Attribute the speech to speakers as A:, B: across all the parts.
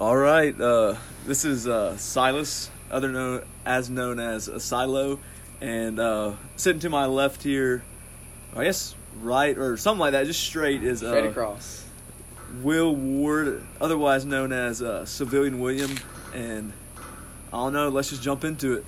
A: All right, uh, this is uh, Silas, other known as known as a Silo, and uh, sitting to my left here, I guess right or something like that, just straight is
B: Straight
A: uh,
B: across.
A: Will Ward, otherwise known as uh, Civilian William, and I don't know. Let's just jump into it.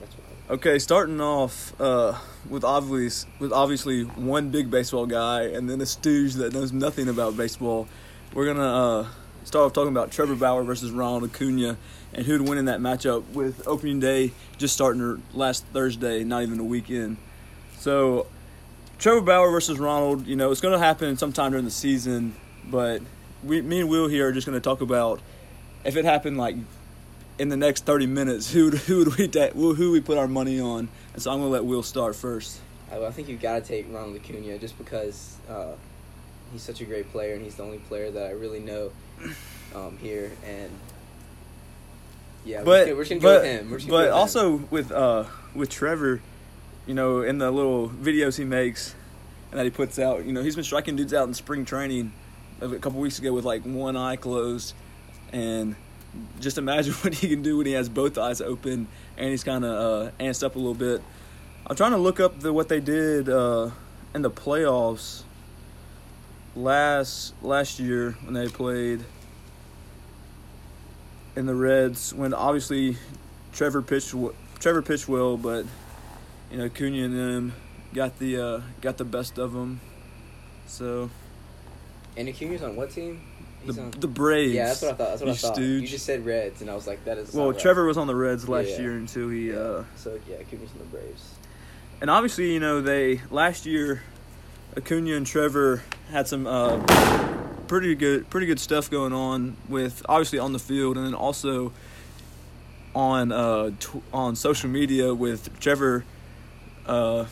B: That's right.
A: Okay, starting off uh, with obviously with obviously one big baseball guy and then a stooge that knows nothing about baseball. We're gonna uh, start off talking about Trevor Bauer versus Ronald Acuna and who'd win in that matchup with opening day just starting er- last Thursday, not even a weekend. So Trevor Bauer versus Ronald, you know, it's gonna happen sometime during the season, but we, me and Will here are just gonna talk about if it happened like in the next 30 minutes who would- who would we da- who who we put our money on and so i'm gonna let will start first
B: I, I think you got to take Ronald Acuna just because uh, he's such a great player and he's the only player that I really know um, here. And yeah,
A: but
B: we're just gonna,
A: but,
B: we're just gonna go with him. We're just gonna
A: but
B: go with him.
A: also with uh with trevor you know in the little videos he makes and that he puts out you know he's been striking dudes out in spring training a couple weeks ago with like one eye closed and just imagine what he can do when he has both eyes open and he's kind of uh, amped up a little bit. I'm trying to look up the what they did uh, in the playoffs last last year when they played in the Reds. When obviously Trevor pitched w- Trevor pitched well, but you know Cunha and them got the uh, got the best of them. So
B: and Acuna's on what team?
A: the,
B: He's on.
A: the Braves.
B: yeah, that's what I thought. That's what I
A: you
B: thought. You
A: stooge.
B: just said Reds, and I was like, that is.
A: Well,
B: not right.
A: Trevor was on the Reds last
B: Yeah.
A: year until he, uh,
B: So yeah, Acuna's in the Braves.
A: and obviously, you know, they last year, Acuna and Trevor had some uh, pretty good, pretty good stuff going on with obviously on the field and then also on uh, tw- on social media with Trevor uh,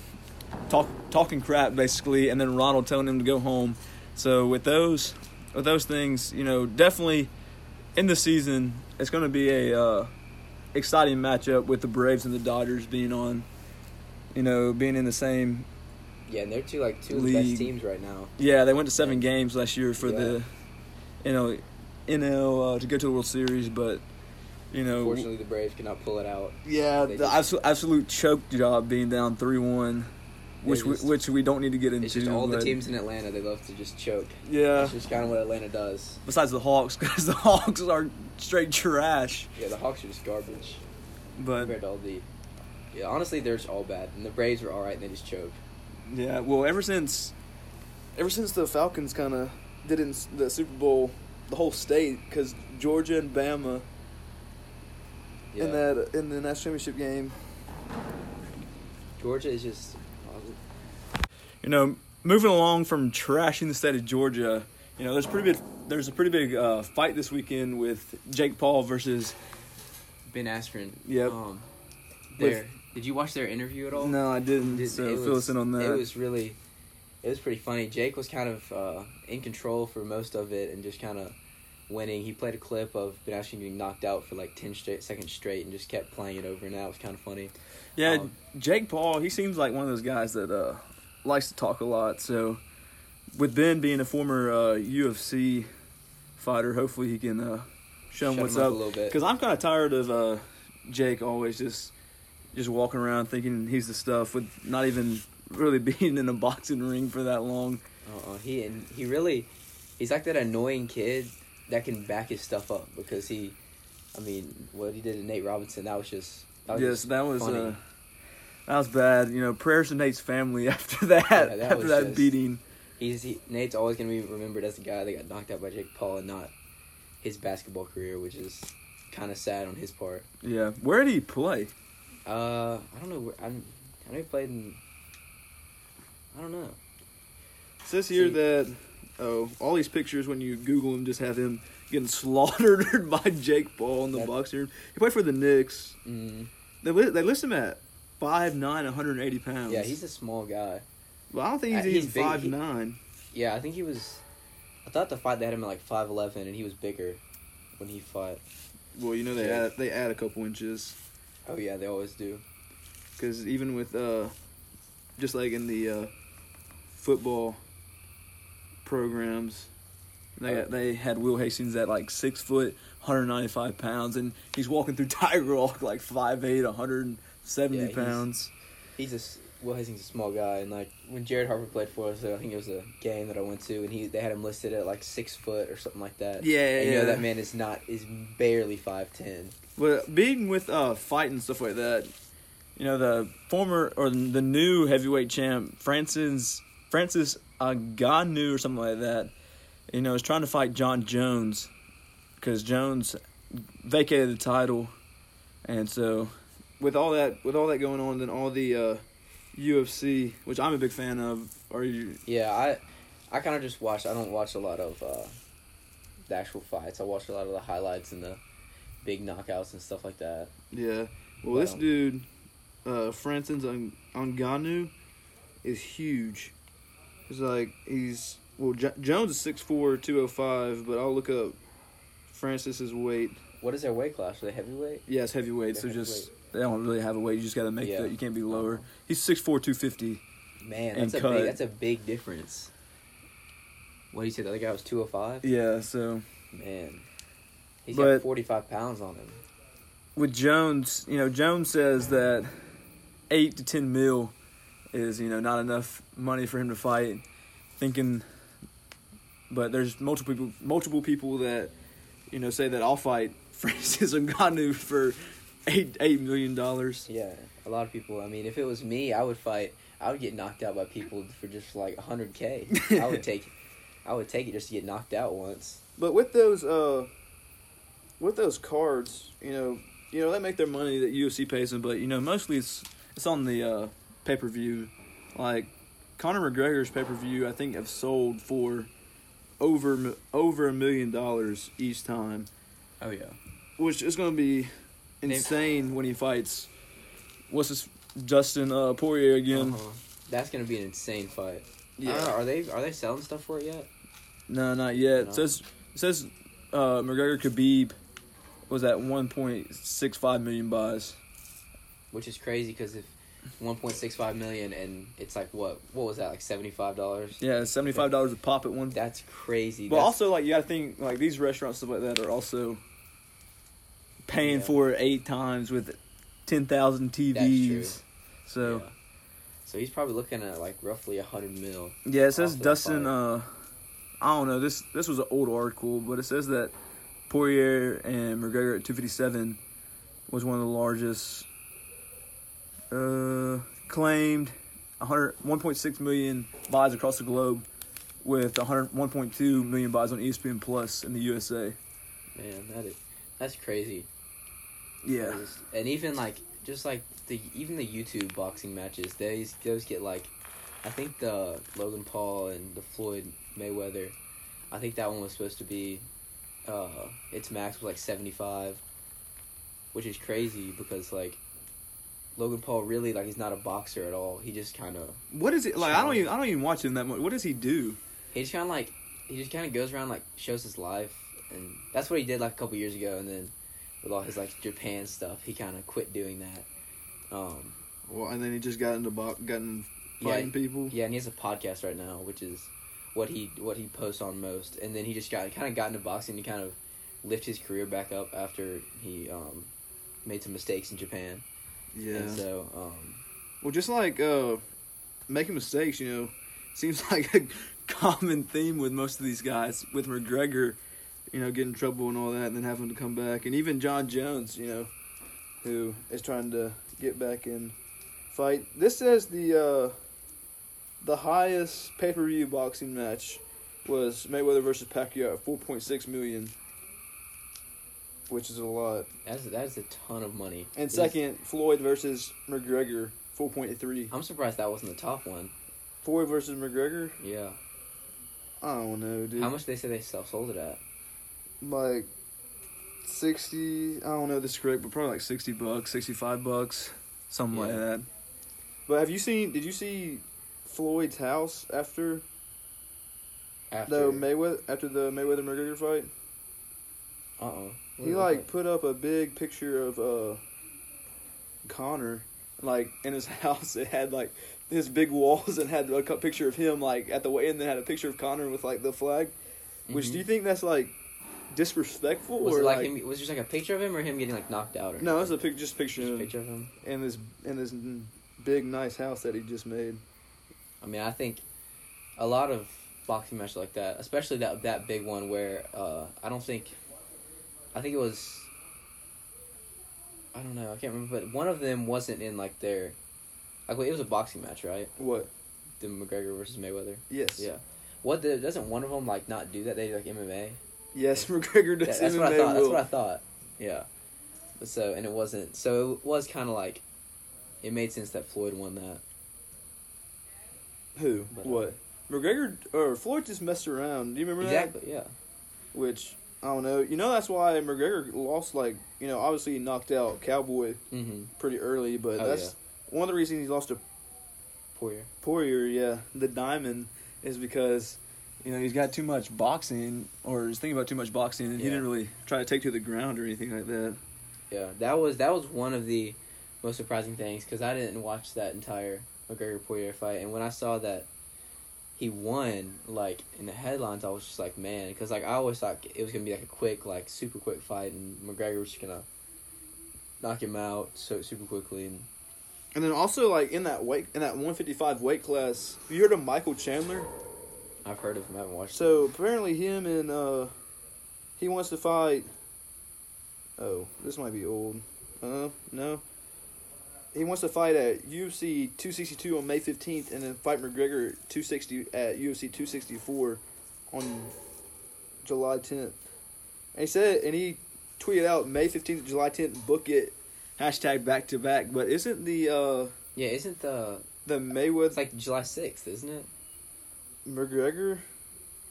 A: talk talking crap basically, and then Ronald telling him to go home. So with those with those things, you know, definitely in the season, it's going to be a uh, exciting matchup with the Braves and the Dodgers being on, you know, being in the same.
B: Yeah, and they're two like two of the
A: League.
B: best teams right now.
A: Yeah, they went to seven games last year for
B: Yeah.
A: the, you know, NL uh, to go to the World Series, but you know,
B: Unfortunately, the Braves cannot pull it out.
A: yeah,
B: they
A: the
B: just-
A: absolute, absolute choke job being down three one,
B: They
A: which we,
B: just-
A: which we don't need to get into.
B: It's just all the
A: but-
B: teams in Atlanta. They love to just choke.
A: Yeah.
B: It's just kind of what Atlanta does.
A: Besides the Hawks, because the Hawks are straight trash.
B: Yeah, the Hawks are just garbage
A: But
B: compared to all the. Yeah, honestly, they're just all bad, and the Braves were all right, and they just choke.
A: Yeah, well, ever since, ever since the Falcons kind of did in s- the Super Bowl, the whole state because Georgia and Bama
B: Yeah,
A: in that in the national championship game.
B: Georgia is just.
A: You know, moving along from trashing the state of Georgia, you know, there's pretty big, there's a pretty big uh, fight this weekend with Jake Paul versus.
B: Ben Askren.
A: Yep.
B: Um,
A: With-
B: there. Did you watch their interview at all?
A: No, I didn't.
B: Dude,
A: so
B: it
A: fill
B: was-
A: us in on that.
B: It was really, it was pretty funny. Jake was kind of uh, in control for most of it and just kind of winning. He played a clip of Ben Askren getting knocked out for like ten straight seconds straight and just kept playing it over and that was kind of funny.
A: yeah,
B: um,
A: Jake Paul. He seems like one of those guys that uh, likes to talk a lot. So, with Ben being a former uh, UFC fighter, hopefully he can uh, show him
B: Shut
A: what's
B: him up
A: up.
B: a little bit.
A: Because I'm kind of tired of uh, Jake always just just walking around thinking he's the stuff with not even really being in a boxing ring for that long.
B: Uh-uh. He and he really, he's like that annoying kid that can back his stuff up because he, I mean, what he did to Nate Robinson that was just that was
A: yes,
B: just
A: that was
B: funny.
A: uh, that was bad. You know, prayers to Nate's family after that
B: Yeah, that
A: after
B: was
A: that
B: just-
A: beating.
B: he's he, Nate's always gonna be remembered as the guy that got knocked out by Jake Paul and not his basketball career, which is kind of sad on his part.
A: Yeah, where did he play?
B: Uh, I don't know. Where, I'm, I know he played in. I don't know.
A: It says
B: here
A: that oh, all these pictures when you Google him just have him getting slaughtered by Jake Paul in
B: the That-
A: boxing room. He played for the Knicks.
B: Mm,
A: They li- they list him at five nine, 180 pounds.
B: yeah, he's a small guy.
A: Well, I don't think
B: he's Uh, he's even big.
A: five
B: 5'9". Yeah, I think he was. I thought the fight they had him at like five eleven, and he was bigger when he fought.
A: Well, you know they
B: Yeah.
A: add they add a couple inches
B: Oh yeah, they always do.
A: because even with uh, just like in the uh, football programs, They got, they had Will Hastings at like six foot, 195 pounds, and he's walking through Tiger Rock like 5'8", 170
B: Yeah, he's-
A: pounds.
B: He's a s- Will Hastings is a small guy, and like when Jared Harper played for us, uh, I think it was a game that I went to, and he they had him listed at like six foot or something like that.
A: Yeah,
B: and you
A: yeah.
B: know that man is not is barely five ten.
A: But being with uh, fight and stuff like that, you know the former or the new heavyweight champ Francis Francis Ngannou or something like that, you know, is trying to fight John Jones because Jones vacated the title, and so with all that with all that going on, then all the uh, UFC, which I'm a big fan of, are you?
B: Yeah, I I kind of just watch. I don't watch a lot of uh, the actual fights. I watch a lot of the highlights and the big knockouts and stuff like that.
A: Yeah. Well, this
B: Wow.
A: dude, uh, Francis Ng- Ngannou, is huge. He's like he's well. Jo- Jones is 6'4", 205, but I'll look up Francis's weight.
B: What is their weight class? Are they heavyweight?
A: Yeah, it's heavyweight, so
B: They're
A: just they don't really have a weight. Uh-huh. You just got to make
B: Yeah.
A: that. You can't be lower. He's 6'4", 250.
B: Man,
A: And
B: that's a
A: cut.
B: big, that's a big difference. What do you say? The other guy was two hundred five.
A: Yeah, so
B: Man, he's
A: But-
B: got forty five pounds on him.
A: with Jones, you know, Jones says that eight to ten mil is you know not enough money for him to fight. Thinking, but there's multiple people, multiple people that you know say that I'll fight Francis Ngannou for eight eight million dollars.
B: Yeah, a lot of people. I mean, if it was me, I would fight. I would get knocked out by people for just like hundred k. I would take, I would take it just to get knocked out once.
A: But with those uh, with those cards, you know, you know they make their money that UFC pays them, but you know mostly it's it's on the uh, pay per view. Like Conor McGregor's pay per view, I think have sold for over m- over a million dollars each time,
B: Oh yeah.
A: which is going to be insane when he fights. What's this? Justin uh, Poirier again?
B: Uh-huh. That's gonna be an insane fight. Yeah.
A: Yeah,
B: are they are they selling stuff for it yet?
A: no, not yet.
B: No.
A: It says it says uh, McGregor Khabib was at one point six five million buys.
B: Which is crazy because if one point six five million and it's like what what was that like seventy five dollars?
A: Yeah, seventy five dollars a pop at one.
B: That's crazy.
A: but
B: That's-
A: also, like you gotta think like these restaurants stuff like that are also paying
B: Yeah.
A: for it eight times with ten thousand TVs. E So
B: yeah. So he's probably looking at like roughly a hundred mil.
A: yeah, it says
B: Off the
A: Dustin. Uh,
B: fire.
A: I don't know this. This was an old article, but it says that Poirier and McGregor at two fifty seven was one of the largest uh, claimed 100 1.6 million buys across the globe with 100 1.2 million buys on E ESPN Plus in the USA.
B: Man, that is that's crazy.
A: Yeah.
B: Just- And even like just like the even the YouTube boxing matches, they those get like I think the Logan Paul and the Floyd Mayweather, I think that one was supposed to be uh its max was like 75, which is crazy because like Logan Paul really like he's not a boxer at all. He just kind of
A: What is it like? I don't even I don't even watch him that much. What does he do?
B: he just kind of like he just kind of goes around like shows his life and that's what he did like a couple years ago and then with all his like Japan stuff, he kind of quit doing that. Um
A: Well, and then he just got into bo- gotten
B: Yeah,
A: people.
B: Yeah, and he has a podcast right now, which is what he what he posts on most. And then he just got kind of got into boxing to kind of lift his career back up after he um, made some mistakes in Japan. And so um,
A: Well, just like uh, making mistakes, you know, seems like a common theme with most of these guys. With McGregor, you know, getting in trouble and all that, and then having to come back, and even John Jones, you know, who is trying to get back and fight. This says the uh, the highest pay per view boxing match was Mayweather versus Pacquiao at four point six million, which is a lot.
B: that's that's a ton of money.
A: And
B: This-
A: second, Floyd versus McGregor, four point three.
B: I'm surprised that wasn't the top one.
A: Floyd versus McGregor.
B: Yeah.
A: I don't know, dude.
B: How much they say they self sold it at?
A: Like sixty. I don't know this is correct, but probably like sixty bucks, sixty-five bucks, something like
B: Yeah.
A: that. But have you seen? Did you see Floyd's house after,
B: After.
A: the Mayweather after the Mayweather McGregor fight?
B: Uh oh.
A: He like put up a big picture of uh Connor, like in his house. It had like his big walls and had a cu- picture of him like at the weigh-in. Then had a picture of Connor with like the flag. Which do you think that's like disrespectful
B: Mm-hmm. Was
A: or
B: it like,
A: like?
B: him? Was there just like a picture of him or him getting like knocked out or
A: no, it's a pic- just picture
B: just a
A: of him
B: picture of him?
A: and this and this n- big nice house that he just made.
B: I mean, I think a lot of boxing matches like that, especially that that big one where uh, I don't think, I think it was, I don't know, I can't remember, but one of them wasn't in like their, like wait, it was a boxing match, right?
A: What?
B: The McGregor versus Mayweather.
A: Yes.
B: Yeah. What the, doesn't one of them like not do that? They do, like MMA.
A: Yes, McGregor
B: Yeah,
A: does
B: that's
A: MMA
B: what I thought. That's
A: rule.
B: what I thought. Yeah. But so and it wasn't. So it was kind of like, it made sense that Floyd won that.
A: Who?
B: But, uh,
A: what? McGregor or Floyd just messed around. Do you remember that?
B: Exactly. Yeah.
A: Which I don't know. You know that's why McGregor lost. Like you know, obviously he knocked out Cowboy
B: Mm-hmm.
A: pretty early, but
B: Oh,
A: that's one of the reasons he lost to
B: Poirier.
A: Poirier. Yeah, the Diamond is because you know he's got too much boxing or he's thinking about too much boxing, and
B: Yeah.
A: he didn't really try to take to the ground or anything like that.
B: Yeah, that was that was one of the most surprising things because I didn't watch that entire McGregor Poirier fight, and when I saw that he won, like in the headlines, I was just like, man, because like I always thought it was gonna be like a quick, like super quick fight, and McGregor was just gonna knock him out so super quickly, and
A: And then also like in that weight in that 155 weight class, you heard of Michael Chandler?
B: I've heard of him, I haven't watched. it.
A: So apparently him and uh he wants to fight Oh, this might be old. Uh no. He wants to fight at UFC 262 on May 15th and then fight McGregor at 260 at UFC 264 on July 10th. And he said and he tweeted out May 15th to July 10th book it hashtag back to back, but isn't the uh
B: yeah, isn't the
A: the Mayweather
B: it's like July sixth, isn't it?
A: McGregor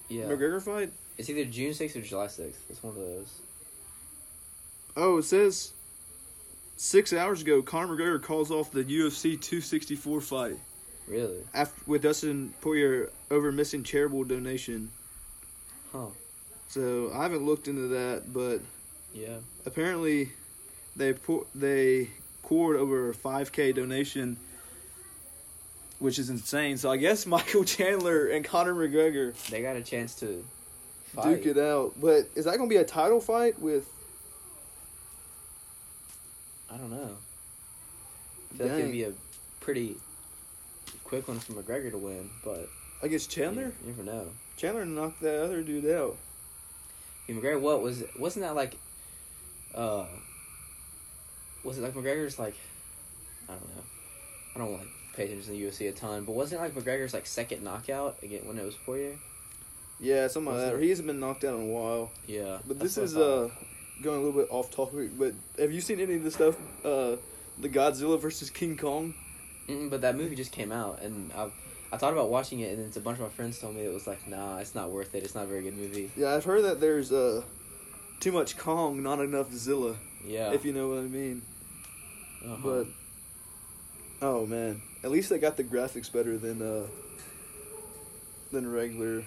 B: Yeah,
A: McGregor fight?
B: it's either June sixth or July sixth. It's one of those.
A: Oh, it says six hours ago, Conor McGregor calls off the UFC 264 fight
B: Really?
A: after, with Dustin Poirier over missing charitable donation.
B: Huh?
A: So I haven't looked into that, but
B: Yeah.
A: apparently they pour, they poured over a 5K donation, which is insane. So I guess Michael Chandler and Conor McGregor
B: They got a chance to
A: duke it out. But is that going to be a title fight with?
B: I don't know. I feel like
A: Dang.
B: it'd be a pretty quick one for McGregor to win, but
A: Against Chandler?
B: you never know.
A: Chandler knocked that other dude out.
B: I mean, McGregor, what was wasn't that like? uh Was it like McGregor's like? I don't know. I don't like pay attention to the UFC a ton, but wasn't it like McGregor's like second knockout again when it was Poirier?
A: Yeah, something like
B: Was
A: that.
B: it?
A: He hasn't been knocked out in a while.
B: Yeah,
A: But
B: that's
A: this
B: what I
A: is
B: thought.
A: uh going a little bit off topic. But have you seen any of the stuff? Uh, the Godzilla versus King Kong.
B: Mm, but that movie just came out, and I I thought about watching it, and then a bunch of my friends told me it was like, nah, it's not worth it. It's not a very good movie.
A: Yeah, I've heard that there's uh too much Kong, not enough Zilla.
B: Yeah,
A: If you know what I mean.
B: Uh-huh.
A: But oh man, at least they got the graphics better than uh than regular.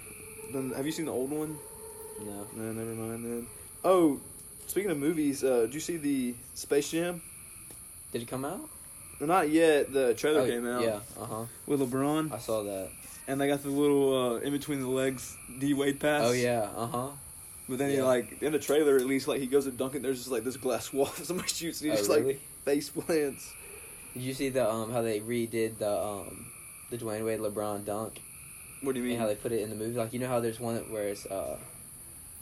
A: Then have you seen the old one?
B: no,
A: No, never mind then. Oh, speaking of movies, uh, did you see the Space Jam?
B: did it come out?
A: Well, not yet. The trailer
B: Oh,
A: came out
B: Yeah, uh huh.
A: with LeBron.
B: I saw that.
A: and they got the little uh, in between the legs D Wade pass.
B: Oh yeah, uh huh.
A: But then he
B: Yeah.
A: like in the trailer at least like he goes to dunk it. There's just like this glass wall. Somebody shoots and he
B: Oh,
A: just
B: really?
A: like face plants.
B: Did you see the um how they redid the um the Dwayne Wade LeBron dunk
A: What do you mean?
B: and how they put it in the movie? Like you know how there's one that where it's uh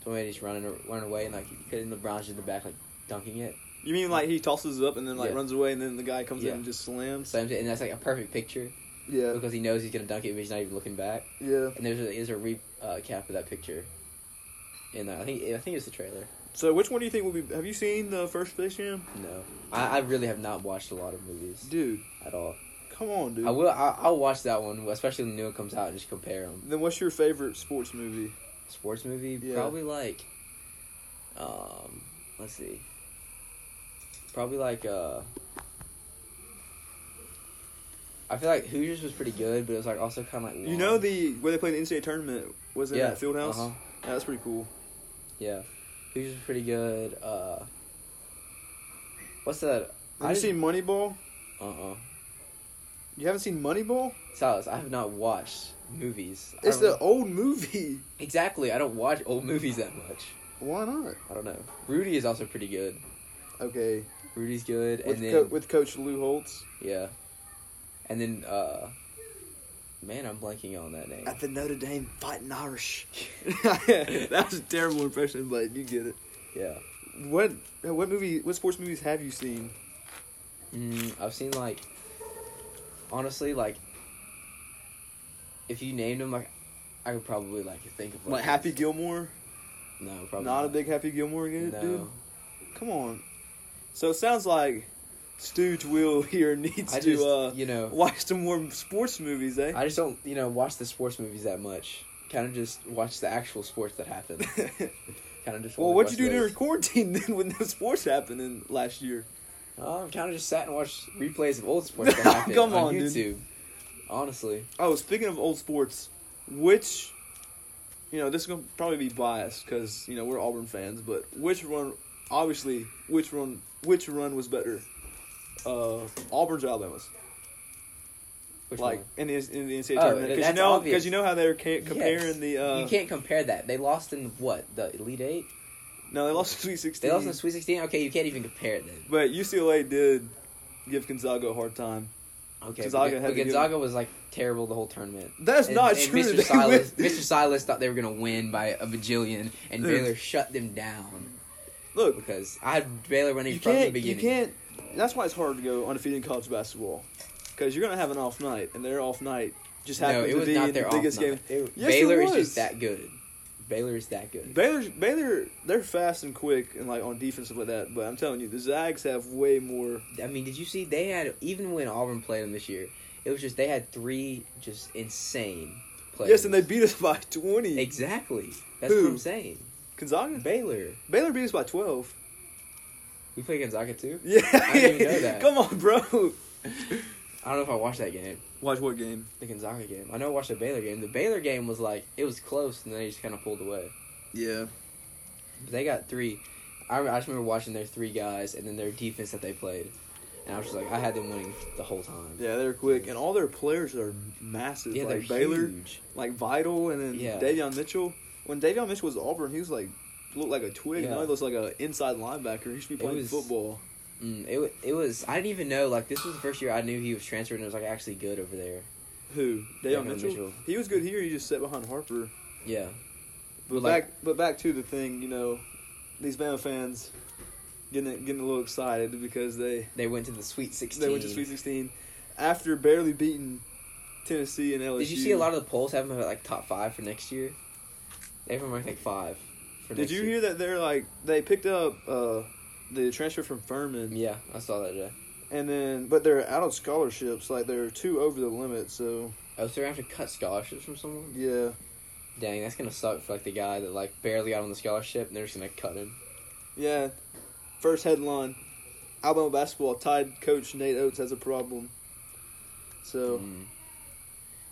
B: Dwayne Wade is running running away and like he put it in LeBron's in the back like dunking it.
A: you mean like he tosses it up and then like
B: Yeah.
A: runs away and then the guy comes
B: Yeah.
A: in and just slams?
B: So I'm saying- and that's like a perfect picture
A: Yeah,
B: because he knows he's gonna dunk it, but he's not even looking back.
A: yeah.
B: And there's a, there's a recap uh, cap of that picture. And I think I think it's the trailer.
A: So which one do you think will be? Have you seen the first Space Jam?
B: No, I, I really have not watched a lot of movies
A: Dude,
B: at all.
A: come on, dude.
B: I will. I, I'll watch that one, especially when the new one comes out, and just compare them.
A: then what's your favorite sports movie?
B: sports movie
A: Yeah.
B: probably like um let's see probably like uh i feel like hoosiers was pretty good but it was like also kind of like
A: You
B: long.
A: know the where they played the NCAA tournament was in
B: Yeah,
A: that field house.
B: uh-huh.
A: Yeah, that's pretty cool.
B: yeah hoosiers was pretty good uh what's that
A: Have you
B: didn't-
A: seen Moneyball?
B: uh-uh
A: You haven't seen Moneyball?
B: Silas, I have not watched movies. I
A: It's
B: don't-
A: the old movie.
B: exactly. I don't watch old movies that much.
A: Why not?
B: I don't know. Rudy is also pretty good.
A: Okay.
B: Rudy's good,
A: With,
B: and then
A: co- with Coach Lou Holtz
B: yeah, and then uh, man, I'm blanking on that name.
A: at the Notre Dame fighting Irish.
C: That was a terrible impression.
A: but you get it.
B: Yeah,
A: What what movie? What sports movies have you seen?
B: mm, I've seen like honestly like if you named them like I could probably like think of
A: Like Happy Gilmore?
B: No, probably
A: not a big Happy Gilmore
B: no.
A: dude. Come on. So it sounds like Stooge Will here needs
B: I
A: to
B: just
A: uh,
B: you know
A: watch some more sports movies, eh?
B: I just don't you know watch the sports movies that much. Kind of just watch the actual sports that happen. kind of just.
A: well,
B: only
A: what'd you
B: watch
A: do
B: those.
A: during quarantine then when no sports happened in last year?
B: Um, kind of just sat and watched replays of old sports that
A: No,
B: happened
A: come
B: on,
A: on, dude.
B: YouTube. Honestly,
A: Oh, speaking of old sports, which, you know, this is going to probably be biased because, you know, we're Auburn fans, but which run, obviously, which run, which run was better? Uh, Auburn's or Alabama's?
B: Which
A: like
B: one?
A: in the in the NCAA
B: Oh,
A: tournament because you
B: that's
A: know
B: obvious.
A: because you know how they're ca- comparing
B: Yes.
A: the uh,
B: you can't compare that. They lost in what the Elite Eight.
A: no they lost to Sweet
B: They
A: Sixteen.
B: lost in the Sweet Sixteen. Okay, you can't even compare it then.
A: but UCLA did give Gonzaga a hard time.
B: Okay,
A: Gonzaga had
B: but, but
A: to give-
B: Gonzaga was like terrible the whole tournament.
A: That's
B: And-
A: not
B: and
A: true.
B: Mr.
A: They
B: Silas,
A: went-
B: Mr. Silas thought they were gonna win by a bajillion, and
C: Ugh.
B: Baylor shut them down
A: Look,
B: because I had Baylor running
A: you
B: from the
A: can't you
B: beginning.
A: can't. That's why it's hard to go undefeated in college basketball because you're gonna have an off night and their off night just
B: No,
A: happened
B: it
A: to
B: was
A: be
B: not
A: in
B: their
A: the
B: off
A: biggest
B: night. They-
A: Yes, it
B: Baylor is
A: was.
B: just that good. Baylor is that good.
A: game. Baylor Baylor they're fast and quick and like on defense and like that. But I'm telling you, the Zags have way more.
B: I mean, did you see they had even when Auburn played them this year, it was just they had three just insane players.
A: Yes, and they beat us by 20.
B: exactly. That's
A: Who?
B: what I'm saying.
A: Gonzaga
B: Baylor,
A: Baylor beat us by 12.
B: we played Gonzaga too.
A: Yeah,
B: I didn't even know that.
A: come on, bro.
B: I don't know if I watched that game,
C: Watch what game?
B: the Gonzaga game. I know I watched the Baylor game. The Baylor game was like it was close, and then they just kind of pulled away.
C: Yeah.
B: But they got three. I, I just remember watching their three guys and then their defense that they played, and I was just like, I had them winning the whole time.
A: Yeah, they're quick, and all their players are massive.
B: Yeah,
A: like
B: they're
A: Baylor,
B: huge.
A: like Vital, and then
B: Yeah.
A: Davion Mitchell. When Davion Mitchell was at Auburn, he was like looked like a twig.
B: Yeah.
A: Now he looks like an inside linebacker. He should be
B: It
A: playing
B: was-
A: football.
B: Mm, it wa- it was. I didn't even know. Like this was the first year I knew he was transferred and it was like actually good over there.
A: Who Davion
B: Davion
A: Mitchell?
B: Mitchell.
A: He was good here. He just sat behind Harper.
B: Yeah.
A: But
B: But, like-
A: back, but back to the thing, you know, these Bama fans getting getting a little excited because they
B: They went to the Sweet Sixteen.
A: they went to Sweet Sixteen after barely beating Tennessee and LSU.
B: Did you see a lot of the polls have them at like top five for next year? They have them ranked like five. For
A: Did
B: next
A: you
B: year.
A: hear that they're like they picked up uh, the transfer from Furman,
B: Mm, Yeah, I saw that today.
A: and then but they're out of scholarships. Like they're two over the limit. So
B: Oh, so they're gonna have to cut scholarships from someone.
A: yeah,
B: Dang, that's gonna suck for like the guy that like barely got on the scholarship and they're just gonna cut him.
A: yeah. First headline: Alabama basketball tied coach Nate Oates has a problem. So
B: Mm.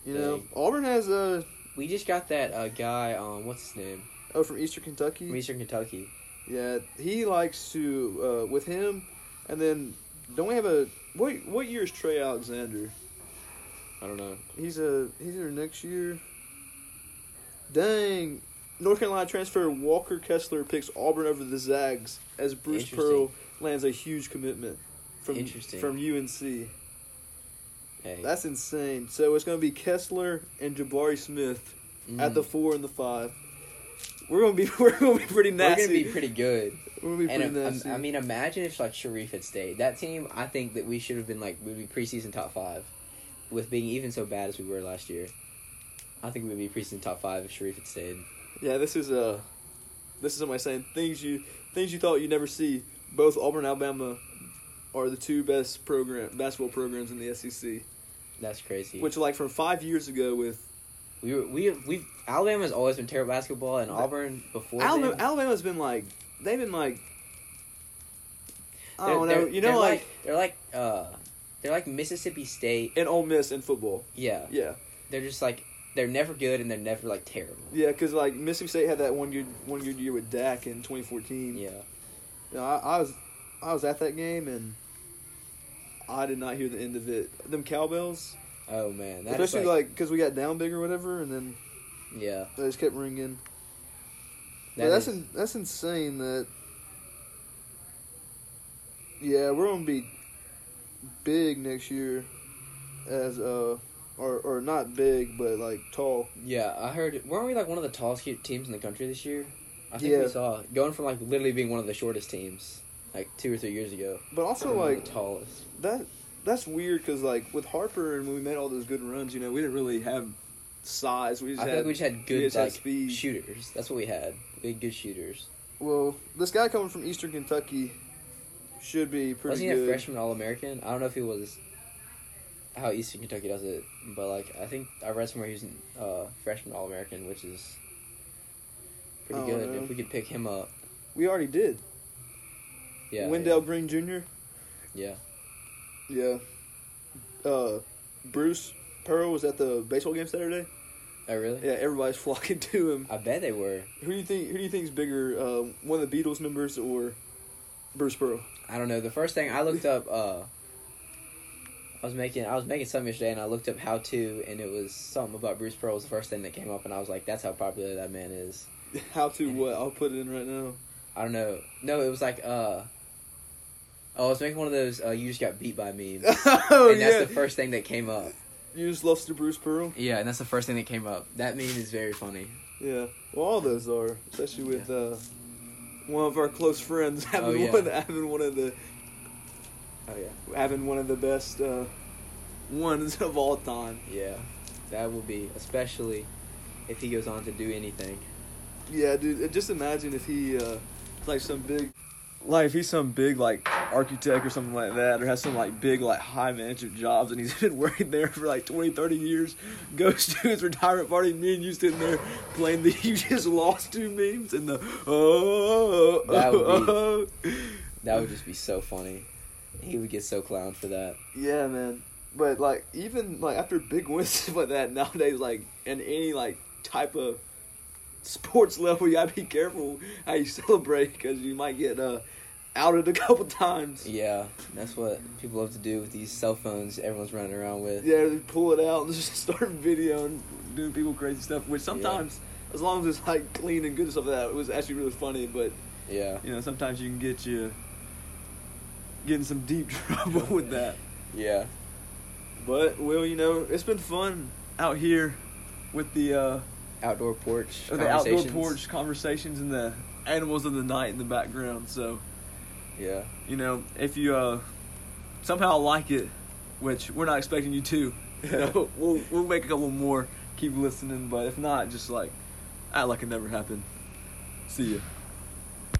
A: you know
B: dang.
A: Auburn has a
B: We just got that uh, guy. Um, what's his name?
A: oh from Eastern Kentucky.
B: From Eastern Kentucky.
A: Yeah, he likes to uh, with him, and then don't we have a what? What year is Trey Alexander?
B: I don't know.
A: He's a he's there next year. Dang. North Carolina transfer Walker Kessler picks Auburn over the Zags as Bruce
B: Interesting.
A: Pearl lands a huge commitment from
B: Interesting.
A: from UNC.
B: Hey.
A: That's insane. So it's going to be Kessler and Jabari Smith at
B: Mm.
A: the four and the five. We're going to be we're going to be pretty
B: We're gonna be
A: nasty.
B: pretty good.
A: We're going to be pretty
B: And um,
A: nasty.
B: I mean, imagine if like Sharif had stayed. That team, I think that we should have been like we'd be preseason top five, with being even so bad as we were last year. I think we'd be preseason top five if Sharif had stayed.
A: yeah, this is uh this is somebody saying things you things you thought you'd never see. Both Auburn and Alabama are the two best program basketball programs in the SEC.
B: That's crazy.
A: which like from five years ago with
B: we were, we we Alabama's always been terrible at basketball, and Auburn before
A: Alabama,
B: them,
A: Alabama's been like they've been like I
B: they're-
A: don't know,
B: they're-
A: you know,
B: they're
A: like,
B: they're like uh, they're like Mississippi State.
A: an Ole Miss in football.
B: Yeah,
A: Yeah,
B: they're just like they're never good and they're never like terrible.
A: yeah, because like Mississippi State had that one good one good year with Dak in 2014.
B: Yeah,
A: You know, I, I was I was at that game and I did not hear the end of it. Them cowbells,
B: Oh man, that is,
A: especially
B: like,
A: like because we got down big or whatever, and then
B: yeah.
A: they just kept ringing.
B: that
A: yeah, that's
B: is-
A: in, that's insane. That yeah, we're gonna be big next year, as uh, or or not big, but like tall.
B: yeah. I heard weren't we like one of the tallest ke- teams in the country this year? I think
A: Yeah.
B: we saw going from like literally being one of the shortest teams like two or three years ago.
A: But also
B: to one of
A: like
B: the tallest.
A: that that's weird because like with Harper and when we made all those good runs, you know, we didn't really have size. We just
B: I
A: had
B: think we just had
A: we
B: good
A: just had
B: like
A: speed.
B: shooters. That's what we had. We had good shooters.
A: well, this guy coming from Eastern Kentucky should be pretty
B: Wasn't he
A: good.
B: a freshman All American? I don't know if he was. How Eastern Kentucky does it, but like I think I read somewhere he was uh, freshman All American, which is pretty
A: I don't
B: good.
A: know.
B: If we could pick him up,
A: We already did.
B: yeah,
A: Wendell Green Jr.
B: yeah,
A: Yeah. Uh, Bruce Pearl was at the baseball game Saturday.
B: yeah. Oh really?
A: Yeah, everybody's flocking to him.
B: I bet they were.
A: Who do you think? Who do you think's bigger? Uh, one of the Beatles members or Bruce Pearl?
B: I don't know. The first thing I looked up, uh, I was making I was making something yesterday, and I looked up how to, and it was something about Bruce Pearl was the first thing that came up, and I was like, that's how popular that man is.
A: How to what? I'll put it in right now.
B: I don't know. No, it was like uh, oh, I was making one of those uh, you just got beat by memes.
A: oh
B: and that's
A: yeah,
B: the first thing that came up.
A: you just lost to Bruce Pearl.
B: Yeah, and that's the first thing that came up. That meme is very funny.
A: Yeah. Well, all those are, especially with uh, one of our close friends having
B: Oh, yeah.
A: one having one of the
B: Oh yeah,
A: having one of the best uh, ones of all time.
B: yeah. That will be especially if he goes on to do anything.
A: Yeah, dude. Just imagine if he uh, like some big
D: Like if he's some big like architect or something like that, or has some like big like high management jobs, and he's been working there for like 20, 30 years, goes to his retirement party, me and you sitting there playing the "You Just Lost Two memes and the oh, oh,
B: That would be-
D: oh, oh.
B: That would just be so funny. He would get so clowned for that.
A: Yeah, man. But like even like after big wins like that nowadays, like in any like type of sports level, you gotta be careful how you celebrate because you might get uh outed a couple times.
B: Yeah, that's what people love to do with these cell phones. Everyone's running around with.
A: Yeah, they pull it out and just start videoing, doing people crazy stuff. Which sometimes, as long as it's like clean and good and stuff like that, it was actually really funny. But
B: Yeah,
D: You know, sometimes you can get you getting some deep trouble with that.
B: yeah.
A: but Will, you know, it's been fun
D: Out here with the uh,
B: Outdoor porch.
D: with the outdoor
B: conversations.
D: porch conversations and the animals of the night in the background. So.
B: Yeah,
D: you know, if you uh, somehow like it, which we're not expecting you to, you know, we'll we'll make a couple more. Keep listening, but if not, just like act like it never happened. See ya.